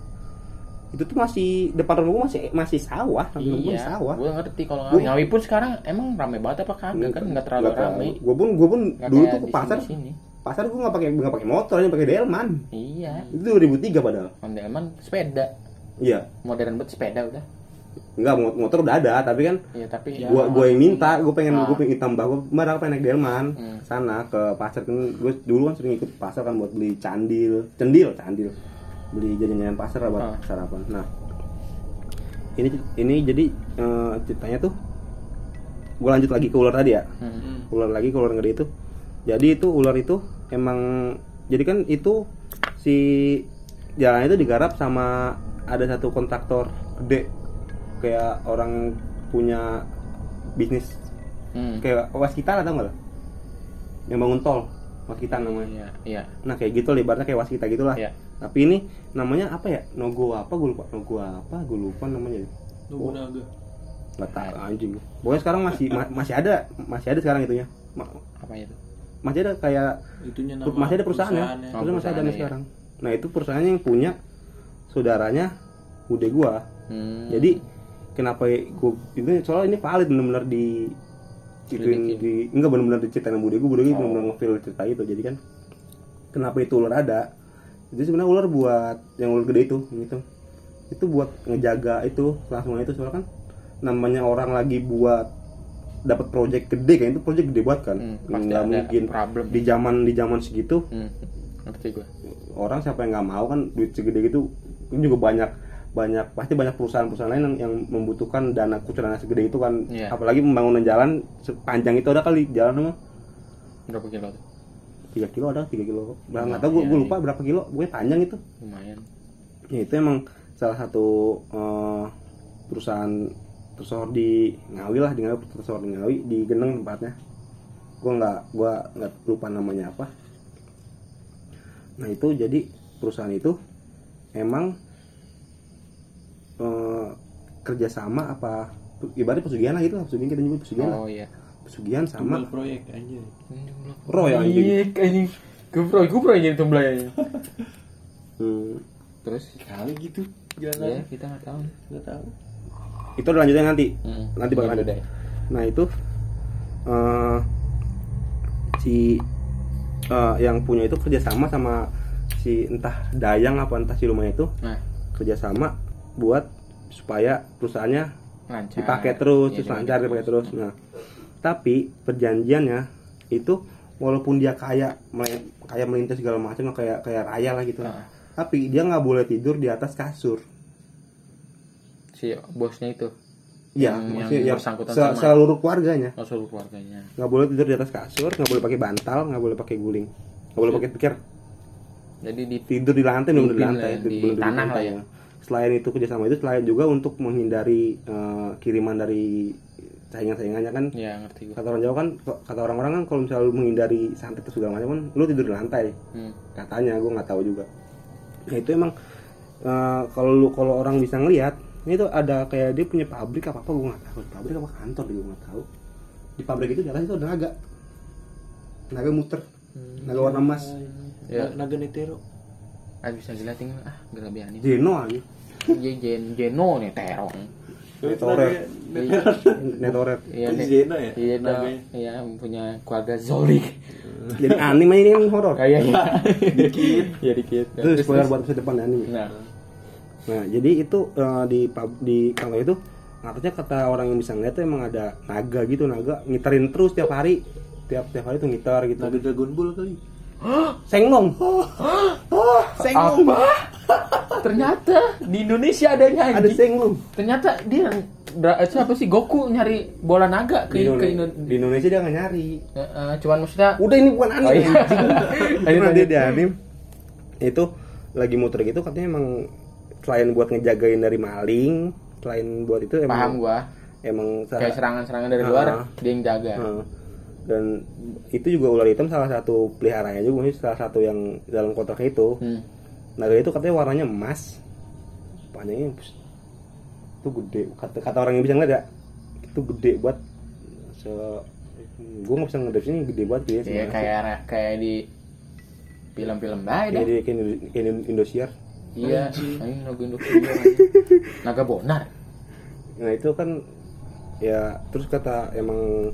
itu tuh masih depan rumah gua masih masih sawah depan rumah gua
Iya,
sawah
gue ngerti kalau Ngawi.
Gua-
Ngawi pun sekarang emang rame banget apa kagak kan nggak terlalu rame.
gua pun gua pun
Nggak
dulu
kayak
tuh ke
di
pasar
sini-sini.
pasar gua nggak pakai nggak pakai motor aja pakai delman
Iya,
itu 2003 padahal
Hondelman sepeda.
iya
Modern banget sepeda udah.
nggak mot- motor udah ada tapi kan
Iya, tapi
gua gua yang minta gua pengen
Ah.
gua pengen tambah gua kemarin pengen naik delman
Hmm.
sana ke pasar kan gua dulu kan sering ikut pasar kan buat beli candil cendil candil beli jajan-jajan pasar lah buat
Ah.
sarapan nah ini ini jadi eh, ceritanya tuh gua lanjut lagi ke ular tadi ya
Hmm.
Hmm.
ular lagi ke ular gede itu jadi itu ular itu emang jadi kan itu si jalan itu digarap sama ada satu kontraktor gede kayak orang punya bisnis
Hmm.
kayak waskita lah tau nggak lo? yang bangun tol waskita namanya
Iya, iya.
nah kayak gitu lebarnya kayak waskita gitulah
Iya.
tapi ini namanya apa ya nogo apa gue lupa nogo apa gue lupa namanya
Nobunaga.
nggak tahu anjing pokoknya sekarang masih ma- masih ada masih ada sekarang itunya Ma-
apa itu
masih ada kayak
Itunya nama
masih ada perusahaan ya
Oh,
Perusahaan masih ada nih
perusahaannya,
sekarang nah itu perusahaannya yang punya saudaranya udah gua
Hmm.
jadi kenapa gua itu soalnya ini valid benar-benar di
Selidikin.
ituin di enggak benar-benar diceritain sama bude gua bude gua
Oh.
benar-benar ngefeel cerita itu jadi kan kenapa itu ular ada jadi sebenarnya ular buat yang ular gede itu yang itu itu buat ngejaga itu plasma itu soalnya kan namanya orang lagi buat dapat project gede kan itu project gede banget kan
Hmm, pasti
nggak
ada
mungkin
problem.
di zaman di zaman segitu
Hmm. Ngerti gue.
orang siapa yang nggak mau kan duit segede gitu kan juga banyak banyak pasti banyak perusahaan-perusahaan lain yang, yang membutuhkan dana kucuran segede itu kan
Iya.
apalagi pembangunan jalan sepanjang itu ada kali jalan mah
Berapa kilo tuh?
tiga kilo ada tiga kilo berapa nggak
Nah,
tahu gue
iya, iya.
lupa berapa kilo gue panjang itu
Lumayan.
ya itu emang salah satu eh, perusahaan perusahaan di Ngawi lah di Ngawi perusahaan di Ngawi di Geneng tempatnya gue nggak gue nggak lupa namanya apa nah itu jadi perusahaan itu emang eh, kerjasama apa ibaratnya pesugihan lah itu lah pesugihan kita nyebut pesugihan lah
Oh iya.
pesugihan sama
Tumbal proyek aja.
Roy, anjing.
Iya, anjing. Gue pro, gue pro yang jadi tumblayanya.
hmm,
Terus
Kali gitu
ya
Iya.
jalan.
kita nggak tahu.
Enggak tahu.
itu ada lanjutnya nanti
Hmm.
nanti bakal
Iya,
ada
udah.
nah itu eh si eh, yang punya itu kerjasama sama si entah dayang apa entah si rumah itu
Nah,
kerjasama buat supaya perusahaannya
lancar.
dipakai terus
Iya,
terus
dipakai
lancar dipakai terus nah tapi perjanjiannya itu walaupun dia kaya mele- kaya melintas segala macam kayak kayak raya lah gitu
Ah.
tapi dia nggak boleh tidur di atas kasur
Si bosnya itu
ya
Yang-
maksudnya
Hmm, yang
yang
bersangkutan
se-
sama.
seluruh keluarganya
masuk keluarganya.
nggak boleh tidur di atas kasur nggak boleh pakai bantal nggak boleh pakai guling nggak boleh pakai pikir
Jadi di
tidur di lantai belum di
Tidur
lantai
lah,
tidur
di
bener-bener
tanah
lantai,
lah ya.
ya. selain itu kerjasama itu selain juga untuk menghindari eh, kiriman dari saingan-saingannya kan
ya ngerti gue.
kata orang Jawa kan kata orang-orang kan kalau misalnya lu menghindari santet atau segala macam kan lu tidur di lantai
Hmm.
katanya gue nggak tahu juga nah itu emang eh, kalau lu kalau orang bisa ngelihat ini tuh ada kayak dia punya pabrik apa apa gue nggak tahu pabrik apa kantor gue nggak tahu di pabrik itu di atas itu ada naga naga muter naga warna emas
Ya.
Iya.
Ya. Naga Netero.
Abis bisa gelatin ah gelabianin.
Zeno aja
Iya Gen Geno nih terong.
Netore.
Naga Netero.
netoret
Iya
Itu
nih.
Zeno ya?
Iya dong.
Namanya.
Iya punya keluarga Zorik.
jadi anime ini kan horor
Kayaknya dikit. Ya dikit.
itu spoiler buat episode depan ya, anime
Nah,
Nah, jadi itu eh, di pub- di kantor itu artinya kata orang yang bisa ngeliat tuh emang ada naga gitu, naga ngiterin terus tiap hari. Tiap tiap hari tuh ngiter gitu.
Naga Dragon Ball kali.
Senglong. senglong.
apa? Ternyata di Indonesia adanya
Ada
anjing.
senglong.
Ternyata dia Dra- eh, siapa sih Goku nyari bola naga
Di,
ke, ke
Indone-
Indonesia.
di Indonesia dia nggak nyari.
cuman maksudnya
Udah ini bukan anime.
Oh, iya. Lanjut,
Karena dia
lanjut.
di anime itu lagi muter gitu katanya emang selain buat ngejagain dari maling, selain buat itu
paham
emang
gua.
emang
Kayak ya.
sa-
serangan-serangan dari luar
Ah.
dia yang jaga.
Heeh. dan itu juga ular hitam salah satu peliharaannya juga maksudnya salah satu yang dalam kontrak itu
Hmm.
naga itu katanya warnanya emas panjangnya bus- itu gede kata, kata orang yang bisa ngeliat ya itu gede banget se gue nggak bisa ngedep sini gede banget dia
Iya kayak kayak di film-film lain
kayak
dah.
di kayak di- kayak di Indosiar
Iya, ini naga Indonesia. Naga Bonar.
nah itu kan ya terus kata emang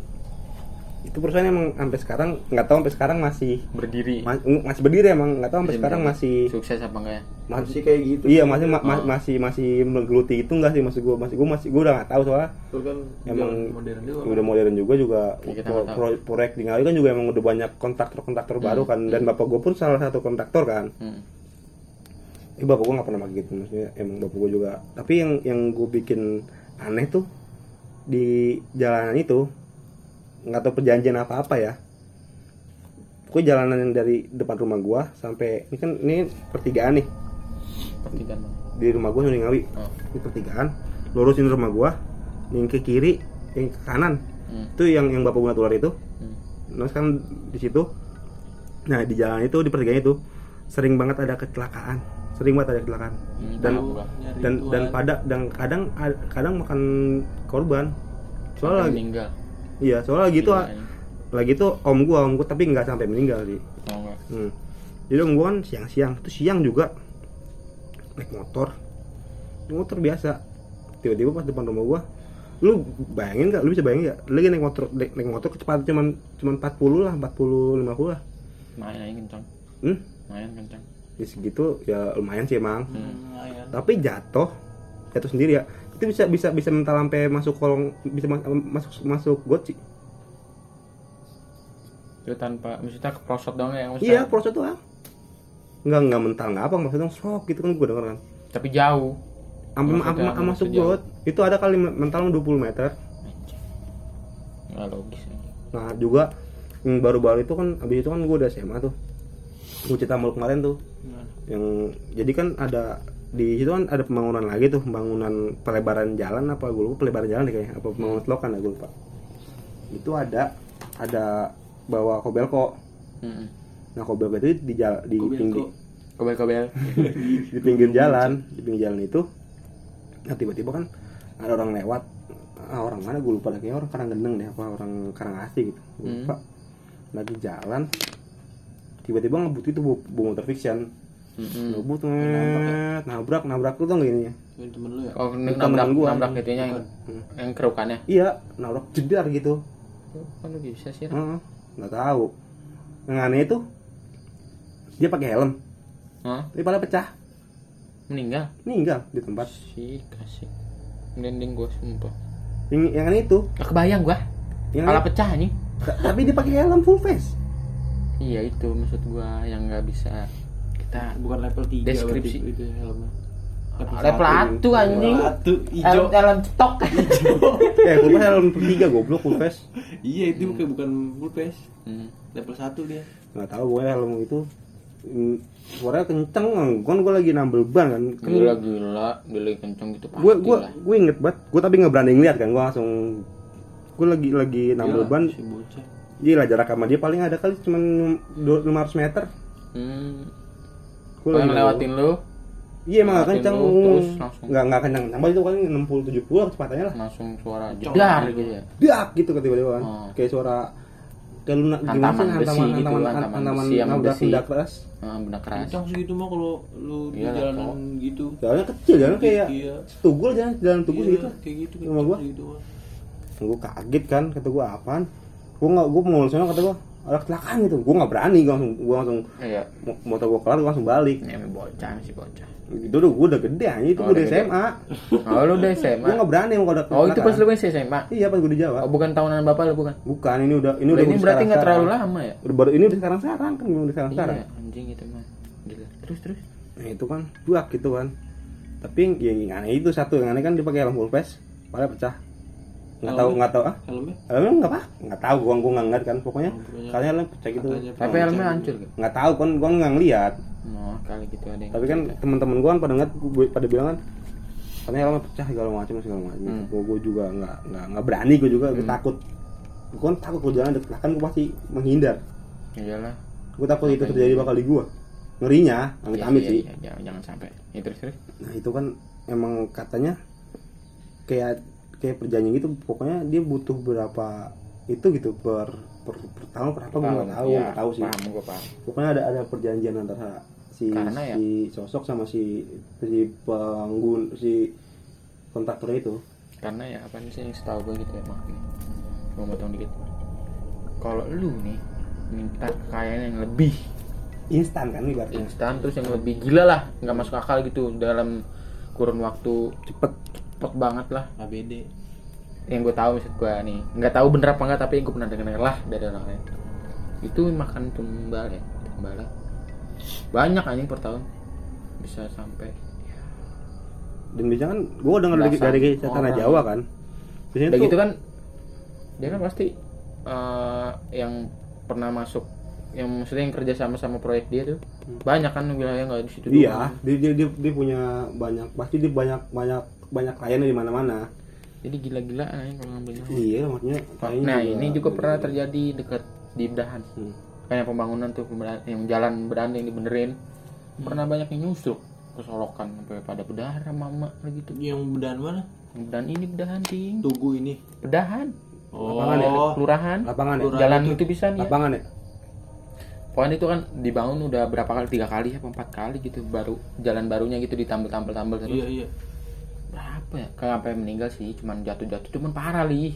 itu perusahaan emang sampai sekarang nggak tahu sampai sekarang masih
Berdiri.
ma- masih berdiri emang nggak tahu sampai
Masih
sekarang
berdiri.
masih
Sukses apa enggak ya?
masih
kayak gitu.
iya masih ma- ma-
Oh.
masih masih menggeluti itu enggak sih maksud gue masih gue masih gue udah nggak tahu soalnya
Itu kan
Emang
zaman modern juga.
udah modern juga juga
Iya, kita
pro-
nggak tahu.
pro- proyek di Ngawi kan juga emang udah banyak kontraktor-kontraktor baru kan dan bapak gue pun salah satu kontraktor kan
Hmm.
eh, bapak gue nggak pernah pakai gitu maksudnya emang bapak gue juga tapi yang yang gue bikin aneh tuh di jalanan itu nggak tahu perjanjian apa apa ya pokoknya jalanan yang dari depan rumah gue sampai ini kan ini pertigaan nih
Pertigaan. Bang.
di rumah gue di Ngawi
Oh.
di pertigaan lurusin rumah gua yang ke kiri yang ke kanan
Hmm.
itu yang yang bapak gua tular itu
Hmm.
nah sekarang di situ nah di jalan itu di pertigaan itu sering banget ada kecelakaan sering banget ada kecelakaan
Hmm,
dan
tahu gua.
Nyari
dan
Tuhan.
dan pada dan kadang kadang makan korban
Sampai
soalnya lagi
meninggal
iya soalnya lagi itu
Gila, ini.
lagi itu om gua om gua tapi nggak sampai meninggal sih
Tahu nggak?
Hmm. Jadi om gue kan siang-siang, terus siang juga naik motor, naik motor biasa. Tiba-tiba pas depan rumah gue, lu bayangin gak? Lu bisa bayangin gak? Lu Lagi naik motor, naik, naik motor kecepatan cuman cuman 40 lah, 40 50 lah.
main aja kencang
Hmm?
main kencang
Di segitu ya lumayan sih emang.
Hmm, lumayan.
Tapi jatuh, jatuh sendiri ya. Itu bisa bisa bisa mental sampai masuk kolong, bisa ma- masuk masuk got sih.
itu tanpa maksudnya keprosot dong ya maksudnya
Iya, proses tuh ah. Enggak enggak mental enggak apa maksudnya shock gitu kan gue denger kan.
tapi jauh
Am- am-
Maksudnya
am- masuk
jauh.
got itu ada kali mental 20 meter
nggak logis anjing.
Nah juga yang baru-baru itu kan abis itu kan gue udah SMA tuh. Gue cerita mulu kemarin tuh.
Gimana?
Yang jadi kan ada di situ kan ada pembangunan lagi tuh, pembangunan pelebaran jalan apa gue lupa pelebaran jalan deh kayaknya apa pembangunan selokan ya gue lupa. Itu ada ada bawa kobelko.
Mm-mm.
Nah kobelko itu di jal- di
Kobelko.
pinggir
kobel-kobel
di pinggir jalan, di pinggir jalan itu. Nah tiba-tiba kan ada orang lewat. Ah, orang mana gue lupa lagi orang Karanggeneng deh apa orang Karangasih gitu. Gue
Hmm.
lupa. Lagi jalan tiba-tiba ngebut itu bu, bu motor fiction
Mm-mm.
ngebut
Nabrak
nabrak nabrak nabrak tuh tau gak ininya
Ini temen lu ya?
oh ini
Bukan
nabrak
temen gua.
nabrak itunya yang
Hmm.
yang kerukannya
iya nabrak jedar gitu
kan lu bisa sih
Heeh, nggak tahu yang aneh itu dia pakai helm
Hah?
tapi pada pecah
meninggal
meninggal di tempat
sih kasih merinding gua sumpah
yang, yang aneh itu
gak kebayang gua
yang
kepala
aneh-
pecah anjing
ta- tapi dia pakai helm full face
iya itu maksud gua yang nggak bisa kita
Bukan level 3
Deskripsi.
itu ya helmnya.
ada pelatu anjing
Pelatu
helm
hijau.
helm cetok
eh full face helm tiga goblok full face
Iya itu bukan bukan full face.
Hmm.
Level 1 dia.
nggak tahu gue helm itu mm, suaranya kenceng kan gue lagi nambel ban kan kan
gila gila gila kenceng gitu Iya. pasti
gue gue
lah
gue inget banget gue tapi nggak berani ngeliat kan gue langsung gue lagi lagi nambel
Iyalah,
ban
Iya,
Si bocah.
gila jarak sama dia paling ada kali cuma 500 meter
hmm.
gue
Gua yang lewatin lu
iya emang nggak
lewatin
kenceng
lu, terus langsung.
nggak nggak kenceng tambah itu paling 60 70 lah kecepatannya lah
langsung suara
Kenceng.
jedar gitu ya
dak gitu ketika dia kan
Oh.
kayak suara kayak lu na- gimana sih
Hantaman besi
hantaman
gitu,
hantaman
hantaman
hantaman
besi yang
nabrak
besi.
benda keras
Ah, benar keras
Kencang segitu mah kalau lu di
Iyalah,
jalanan gitu.
jalannya kecil jalan kayak
Iya.
setugul jalan jalan tugu
Iya,
segitu
Kayak gitu
Rumah
kencang
gua.
segitu mah.
gue kaget kan kata gue apaan gue nggak gue mau sana kata gue ada kecelakaan gitu gue nggak berani gue langsung gue langsung
iya
mo- motor gue kelar gue langsung balik
ini emang bocah masih bocah
itu udah gue udah gede aja itu
Oh,
gue udah
udah gede.
SMA
oh lu udah
gue
SMA
nggak berani mau ada
oh itu pas
kecelakaan.
lu masih SMA
iya pas gue di Jawa
oh bukan tahunan bapak lu bukan
bukan ini udah ini
ini,
udah
ini
udah
berarti nggak terlalu
sekarang-sekarang.
lama ya
Udah baru ini udah sekarang sekarang kan udah sekarang sekarang
iya anjing itu mah gila terus terus
nah itu kan buak gitu kan tapi yang, yang aneh itu satu yang aneh kan dia pakai helm full face pada pecah nggak tahu
Helmnya?
nggak tahu ah
Helmnya?
helmnya nggak apa nggak tahu gue gue nggak ngeliat kan pokoknya
Pokoknya
katanya helm pecah gitu
katanya
tapi
pernah
helmnya
pecah.
hancur gitu
nggak tahu kan gue nggak ngeliat
nah kali gitu ada yang
tapi kan
cerita.
teman-teman gue kan pada ngeliat gue pada bilang kan katanya helmnya pecah segala macam segala macam
Hmm.
gue gue juga nggak nggak nggak berani gue juga gue takut gue kan takut kalau jalan deket kan gue pasti menghindar
Ya, iyalah
gue takut itu
Makanya.
terjadi bakal di gue ngerinya amit
Iya,
amit
iya,
sih
iya, jangan, jangan sampai ya terus terus
nah itu kan emang katanya kayak kayak perjanjian gitu pokoknya dia butuh berapa itu gitu per per, per tahun berapa gue nggak tahu
ya,
nggak tahu sih
paham gue paham
pokoknya ada ada perjanjian antara si
Karena ya-
si sosok sama si si penggun si kontraktor itu
karena ya apa sih yang setahu gue gitu ya maaf nih gue potong dikit kalau lu nih minta kekayaan yang lebih
instan kan ibaratnya
instan terus yang lebih gila lah nggak masuk akal gitu dalam kurun waktu
cepet
cepet banget lah
ABD.
yang gue tahu maksud gue nih nggak tahu bener apa nggak tapi yang gue pernah dengar lah dari orang lain itu makan tumbal ya tumbal ya. banyak anjing per tahun bisa sampai
dan biasanya kan gue dengar dari
Belasan
dari kisah tanah
orang.
Jawa kan biasanya
udah
tuh
gitu kan dia kan pasti eh, yang pernah masuk yang maksudnya yang kerja sama sama proyek dia tuh banyak kan wilayah nggak di situ
Hmm. iya
doang.
dia, dia, dia, dia punya banyak pasti dia banyak banyak banyak kliennya di mana-mana
jadi gila-gilaan anjing kalau ngambilnya
Iya, maksudnya kayaknya
nah ini juga pernah terjadi deket di Bedahan
Hmm. Hmm.
kayak pembangunan tuh pemberan- yang jalan beranding dibenerin pernah banyak yang nyusruk kesolokan sampai pada berdarah mama kayak gitu
Yang bedan mana?
dan ini bedahan ting
Tugu ini.
bedahan
Oh.
Apaan ya?
kelurahan
Lapangan ya?
jalan itu bisa nih ya.
Lapangan ya?
Pokoknya itu kan dibangun udah berapa kali tiga kali apa empat kali gitu baru jalan barunya gitu ditambal tambal tambal terus
Iya iya.
berapa ya kayak sampai meninggal sih cuman jatuh jatuh cuman parah lih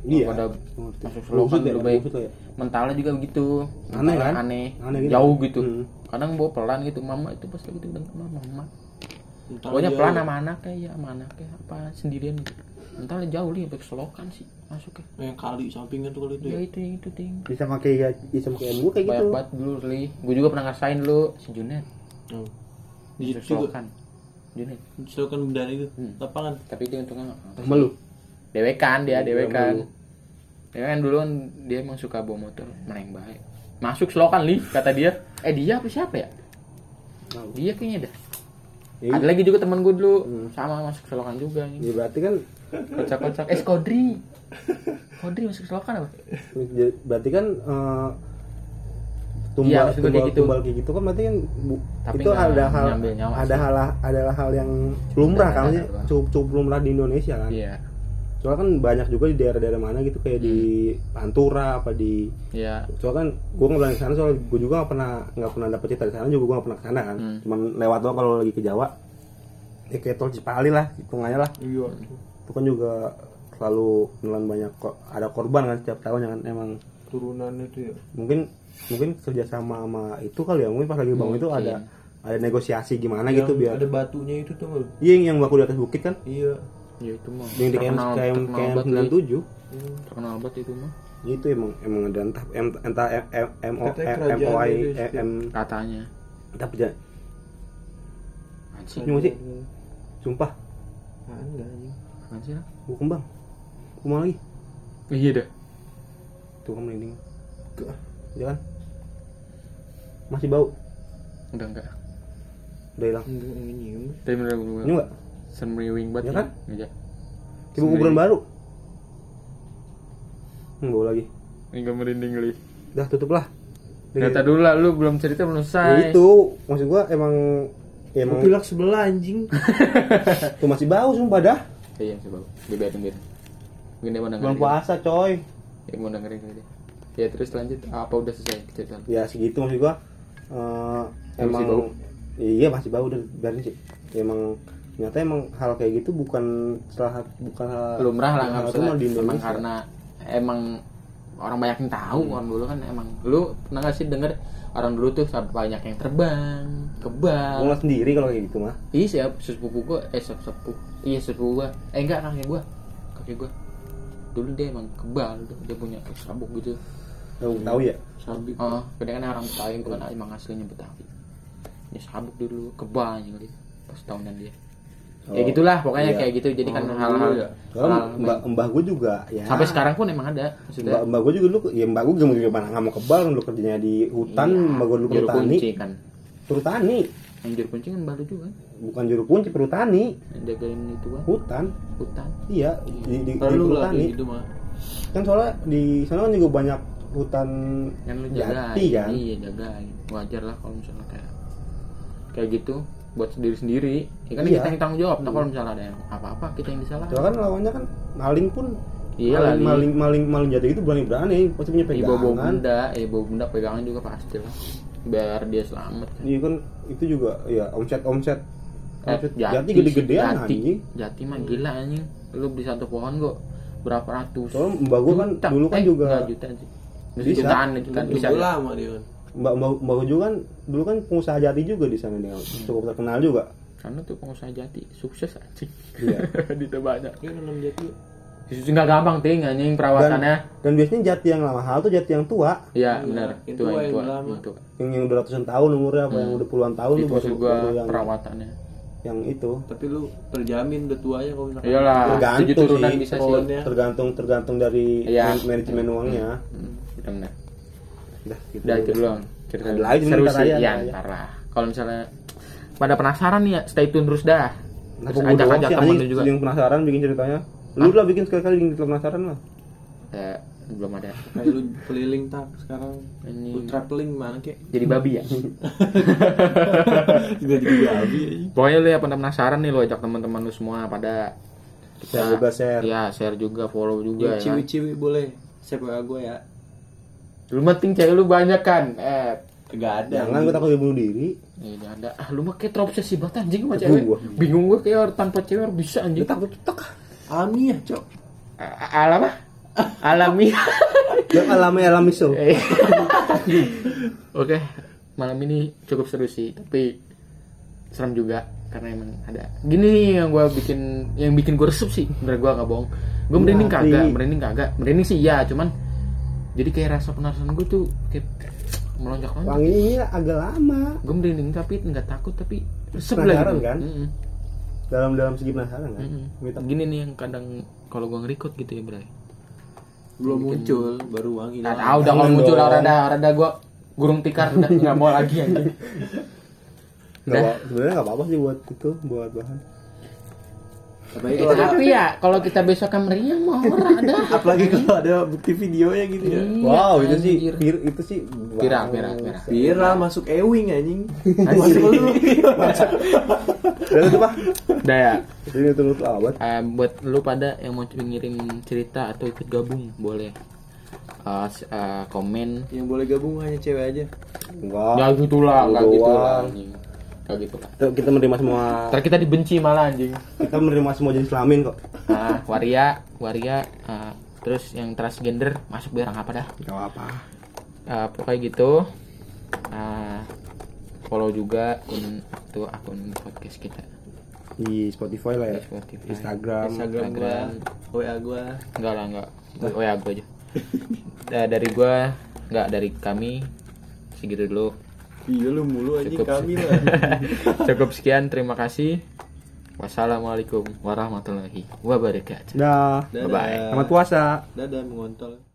Iya.
pada
Ngerti.
masuk selokan
Lusut ya?
lebih baik
Lusut lah ya?
mentalnya juga begitu
Aneh
Mentalnya
kan?
aneh,
Aneh gitu.
jauh gitu
Hmm.
kadang bawa pelan gitu mama itu pas gitu bilang mama mama
Entar
pokoknya
jauh.
pelan sama anaknya ya sama anaknya apa sendirian gitu mentalnya jauh nih sampai selokan sih masuk ya
Yang kali sampingan tuh kali itu
ya
Iya.
ya.
itu yang itu ting
Bisa pakai ya, bisa pakai ilmu kayak gitu.
banyak banget dulu li gue juga pernah ngerasain dulu si Junet
Oh. Di
di
situ juga.
selokan Junet
Silakan bedan itu.
Hmm.
Lapangan.
tapi dia untungnya nggak apa-apa.
Sama lu.
dewekan dia
Iya,
dewekan
dulu.
dewekan dulu kan dia emang suka bawa motor meneng baik masuk selokan li kata dia eh dia apa siapa ya
Tahu. Hmm.
dia kayaknya dah
Ya,
Iya. ada lagi juga teman gue dulu sama masuk selokan juga ini
ya berarti kan
kocak-kocak eh Skodri Skodri masuk selokan apa
berarti kan eh, tumbal,
Iya, maksud gue
tumbal,
kayak gitu.
tumbal kayak gitu kan berarti kan bu-
Tapi
itu
nggak
ada hal
nyambil nyawa
ada
sih.
hal adalah hal yang lumrah kan
Ada,
maksudnya
ada.
cukup cukup lumrah di Indonesia kan
iya
soalnya kan banyak juga di daerah-daerah mana gitu kayak di
Hmm.
Pantura apa di
iya
soalnya kan gue nggak pernah ke sana soalnya gue juga nggak pernah nggak pernah dapet cerita di sana juga gue nggak pernah ke sana kan
Hmm.
cuman lewat doang kalau lagi ke Jawa ya kayak tol Cipali lah hitungannya lah
Iya.
itu kan juga selalu menelan banyak ko- ada korban kan setiap tahun kan emang
Turunan itu ya.
mungkin mungkin kerjasama sama itu kali ya mungkin pas lagi bangun itu ada
Mungkin.
ada negosiasi gimana gitu
Yang
biar
Ada batunya itu tuh nggak lu?
iya yang baku di atas bukit kan
Iya.
ya itu mah
yang di KM KM KM
banget, Li.
97
Iya.
terkenal banget itu mah
Iya, itu emang emang ada entah em, entah M, M, M, O,
Katanya
M, M, O,
kerajaan
I, E,
itu
M,
katanya
entah peja-
apaan sih
Ini musik. sumpah
Apaan nggak anjing?
apaan sih lah
gua kembang kumang lagi
iya dah
tuh kamu merinding
Gak.
ya kan masih bau
udah enggak
udah hilang
Iya.
Enggak enggak nyium.
tapi bener gue
ini enggak
semriwing banget
Iya kan?
iya
ibu kuburan baru hmm, bau lagi
ini gak merinding li
dah tutup lah
Data dulu lah, lu belum cerita belum
Ya
selesai.
Iya. itu maksud gua emang ya
Gua
emang
pilak sebelah anjing.
tuh masih bau sumpah dah
Iya, coba. Dibiarin biar. Mungkin dia mau dengerin.
bulan puasa coy
Ya, mau dengerin kali dia. Ya terus lanjut apa udah selesai cerita? lu?
ya segitu maksud gua eh,
Masih
emang
bau.
iya masih bau dan biarin sih emang ternyata emang hal kayak gitu bukan salah satu- bukan hal
Lumrah lah
bukan
nggak
hal
usah.
normal di
Emang
Indonesia
karena emang orang banyak yang tahu
Hmm.
orang dulu kan emang lu pernah nggak sih denger orang dulu tuh sampai banyak yang terbang ke
gua
bank
nggak sendiri kalau kayak gitu mah
iya siap sesepupu gua eh sesepupu iya sesepupu gua eh enggak kakek gua kakek gua dulu dia emang kebal tuh. dia punya sabuk gitu
tahu tahu ya
Sabik.
Oh, kadang kan orang Betawi itu kan emang aslinya Betawi. Dia sabuk dulu, kebal juga dia pas tahunan dia. Ya
Oh,
gitulah pokoknya
iya.
kayak gitu. Jadi kan
Oh,
hal-hal
iya.
hal-hal
Soalnya mbak mbah gua juga ya
sampai sekarang pun emang ada
mbak
maksudnya.
mbak gua juga dulu ya mbak gua gimana gimana nggak mau kebal dulu kerjanya di hutan
Iya,
mbak gua dulu
juru
perutani
kunci kan.
perutani
Yang juru kunci kan baru juga kan.
bukan juru kunci perutani
Yang jagain itu kan
hutan
hutan.
iya di di, di
Perlu lah
perutani
kayak gitu mah.
kan soalnya di sana kan juga banyak hutan
Kan lu jagain.
jati kan
Iya, jagain. Wajar lah kalau misalnya kayak kayak gitu buat sendiri-sendiri. Ya kan
Iya.
kita yang tanggung jawab. Nah, kalau misalnya ada yang apa-apa kita yang disalahin.
soalnya kan lawannya kan maling pun
Iya lah,
maling,
Li.
maling maling maling jati itu berani berani pasti punya
Ibu bawa
pegangan
benda, ibu bawa benda pegangan juga pasti lah. Biar dia selamat. kan.
iya kan itu juga ya omset omset
Eh,
omset jati gede-gedean
jati,
anjing
Jati mah gila anjing. Lu beli satu pohon kok berapa ratus?
soalnya mbak gua kan
Juta.
dulu kan
Eh,
juga
enggak, jutaan sih. Bisa.
Bisa.
Jutaan,
Kan
jutaan bisa.
Bisa lama dia kan.
mbak mbak mbak gua juga kan dulu kan pengusaha jati juga di sana dia
Hmm.
cukup terkenal juga
Karena tuh pengusaha jati sukses anjing.
Iya.
Duitnya banyak.
Dia kan enam jati.
Itu enggak gampang ting anjing perawatannya.
dan biasanya jati yang lama hal tuh jati yang tua
Iya,
Iya,
benar.
yang
Itu
tua,
yang
yang
tua,
lama.
yang tua.
yang yang udah ratusan tahun umurnya apa yang udah puluhan tahun tuh
Hmm. Itu
baru- baru
juga
yang
perawatannya.
yang itu
Tapi lu terjamin udah tuanya kalau misalkan.
Iyalah,
Nah, Tergantung
tujuh turunan
sih,
bisa sih.
pohonnya. Ya.
tergantung tergantung dari
Iya.
man- manajemen uangnya
Hmm, benar.
udah gitu
Udah itu doang cerita
Ada lagi,
seru
ntar
sih
aja,
ya
ntar aja.
ntar lah kalau misalnya pada penasaran nih ya stay tune terus dah
Kenapa
terus
Nah, gua doang
ajak-ajak
sih,
temen
anjing
lu juga Nah.
yang penasaran bikin ceritanya lu lah bikin sekali kali bikin penasaran lah
ya belum ada
kayak lu keliling tak sekarang
Ini-
lu traveling mana kek
jadi babi ya
tidak jadi babi iya.
pokoknya lu ya pada penasaran nih lu ajak teman-teman lu semua pada
Share juga, share. Iya,
ya share juga follow
ya,
juga ya,
ciwi-ciwi boleh siapa gue ya
lu penting cewek lu banyak kan eh
gak ada
jangan gue takut dia bunuh diri
ini ada ah lu mah kayak terobsesi banget anjing sama
Aduh,
cewek
gua.
bingung gue kayak orang tanpa cewek orang bisa anjing
dia takut cetek
alami ya cok
alam ah. alami
yang alami alami so
Eh. Oke, malam ini cukup seru sih, tapi serem juga karena emang ada. Gini nih yang gua bikin yang bikin gue resep sih, bener gua nggak bohong. Gue merinding
Iya, Tapi-
kagak, merinding kagak, merinding sih ya, cuman jadi kayak rasa penasaran gue tuh kayak melonjak-lonjak.
wanginya agak lama
Gue merinding tapi nggak takut tapi resep
Penasaran
lagi.
kan?
Mm-mm,
dalam dalam segi penasaran kan
mm-mm.
Minta-
Gini nih yang kadang kalau gua ngerikut gitu ya, Bray.
belum muncul baru wangi
Nah,
lah
tahu udah kalau muncul rada rada gua gurung tikar udah nggak mau lagi anjing.
Nggak
Udah.
apa- sebenarnya nggak apa-apa sih buat itu buat bahan
tapi
Eh,
kalau ada-
tapi ya kalau kita besok kan meriang mau orang ada.
apalagi kalau ada bukti videonya gitu ya
Iya,
wow itu sih
anjir.
vir- itu sih
Viral, viral, viral.
viral masuk Ewing anjing
Anjing.
masuk lu
udah itu pak
Udah ya.
ini tuh lu awet
eh, buat lu pada yang mau ngirim cerita atau ikut gabung boleh Eh, s- eh, komen.
yang boleh gabung hanya cewek aja
enggak
Ya gitulah,
Lu
nggak gitulah
doang.
anjing. Nggak gitulah.
Kita- kita menerima semua
Ntar kita dibenci malah anjing.
kita menerima semua jenis kelamin kok
Nah, waria, waria eh, terus yang transgender masuk biar apa dah.
nggak apa
Eh, pokoknya gitu Eh, follow juga akun tuh akun podcast kita
di Spotify lah ya
Spotify.
Instagram,
Instagram gua WA gua
enggak lah enggak oh ya gue aja Da- dari gue enggak dari kami segitu dulu
iya lu mulu anjing
Cukup
kami
sih.
lah
cukup sekian terima kasih wassalamualaikum warahmatullahi wabarakatuh
dah
Dadah.
Bye-bye.
selamat puasa
dadah mengontol